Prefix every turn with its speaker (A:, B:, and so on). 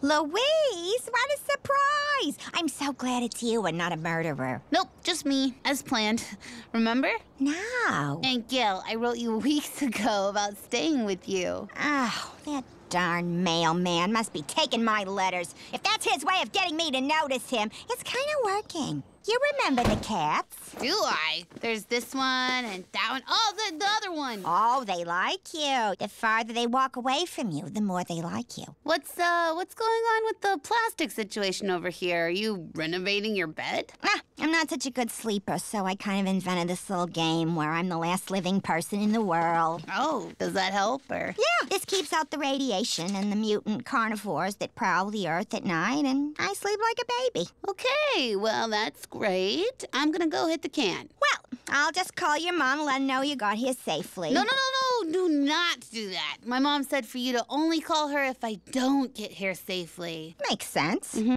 A: Louise, what a surprise! I'm so glad it's you and not a murderer.
B: Nope, just me, as planned. Remember?
A: No.
B: And Gail, I wrote you weeks ago about staying with you.
A: Oh, that darn mailman must be taking my letters. If that's his way of getting me to notice him, it's kind of working. You remember the cats?
B: Do I? There's this one and that one. Oh, the, the other one.
A: Oh, they like you. The farther they walk away from you, the more they like you.
B: What's uh what's going on with the plastic situation over here? Are you renovating your bed?
A: Ah, I'm not such a good sleeper, so I kind of invented this little game where I'm the last living person in the world.
B: Oh, does that help or
A: Yeah, this keeps out the radiation and the mutant carnivores that prowl the earth at night, and I sleep like a baby.
B: Okay, well that's great. I'm gonna go hit the can.
A: Well, I'll just call your mom and let her know you got here safely.
B: No no no no do not do that. My mom said for you to only call her if I don't get here safely.
A: Makes sense.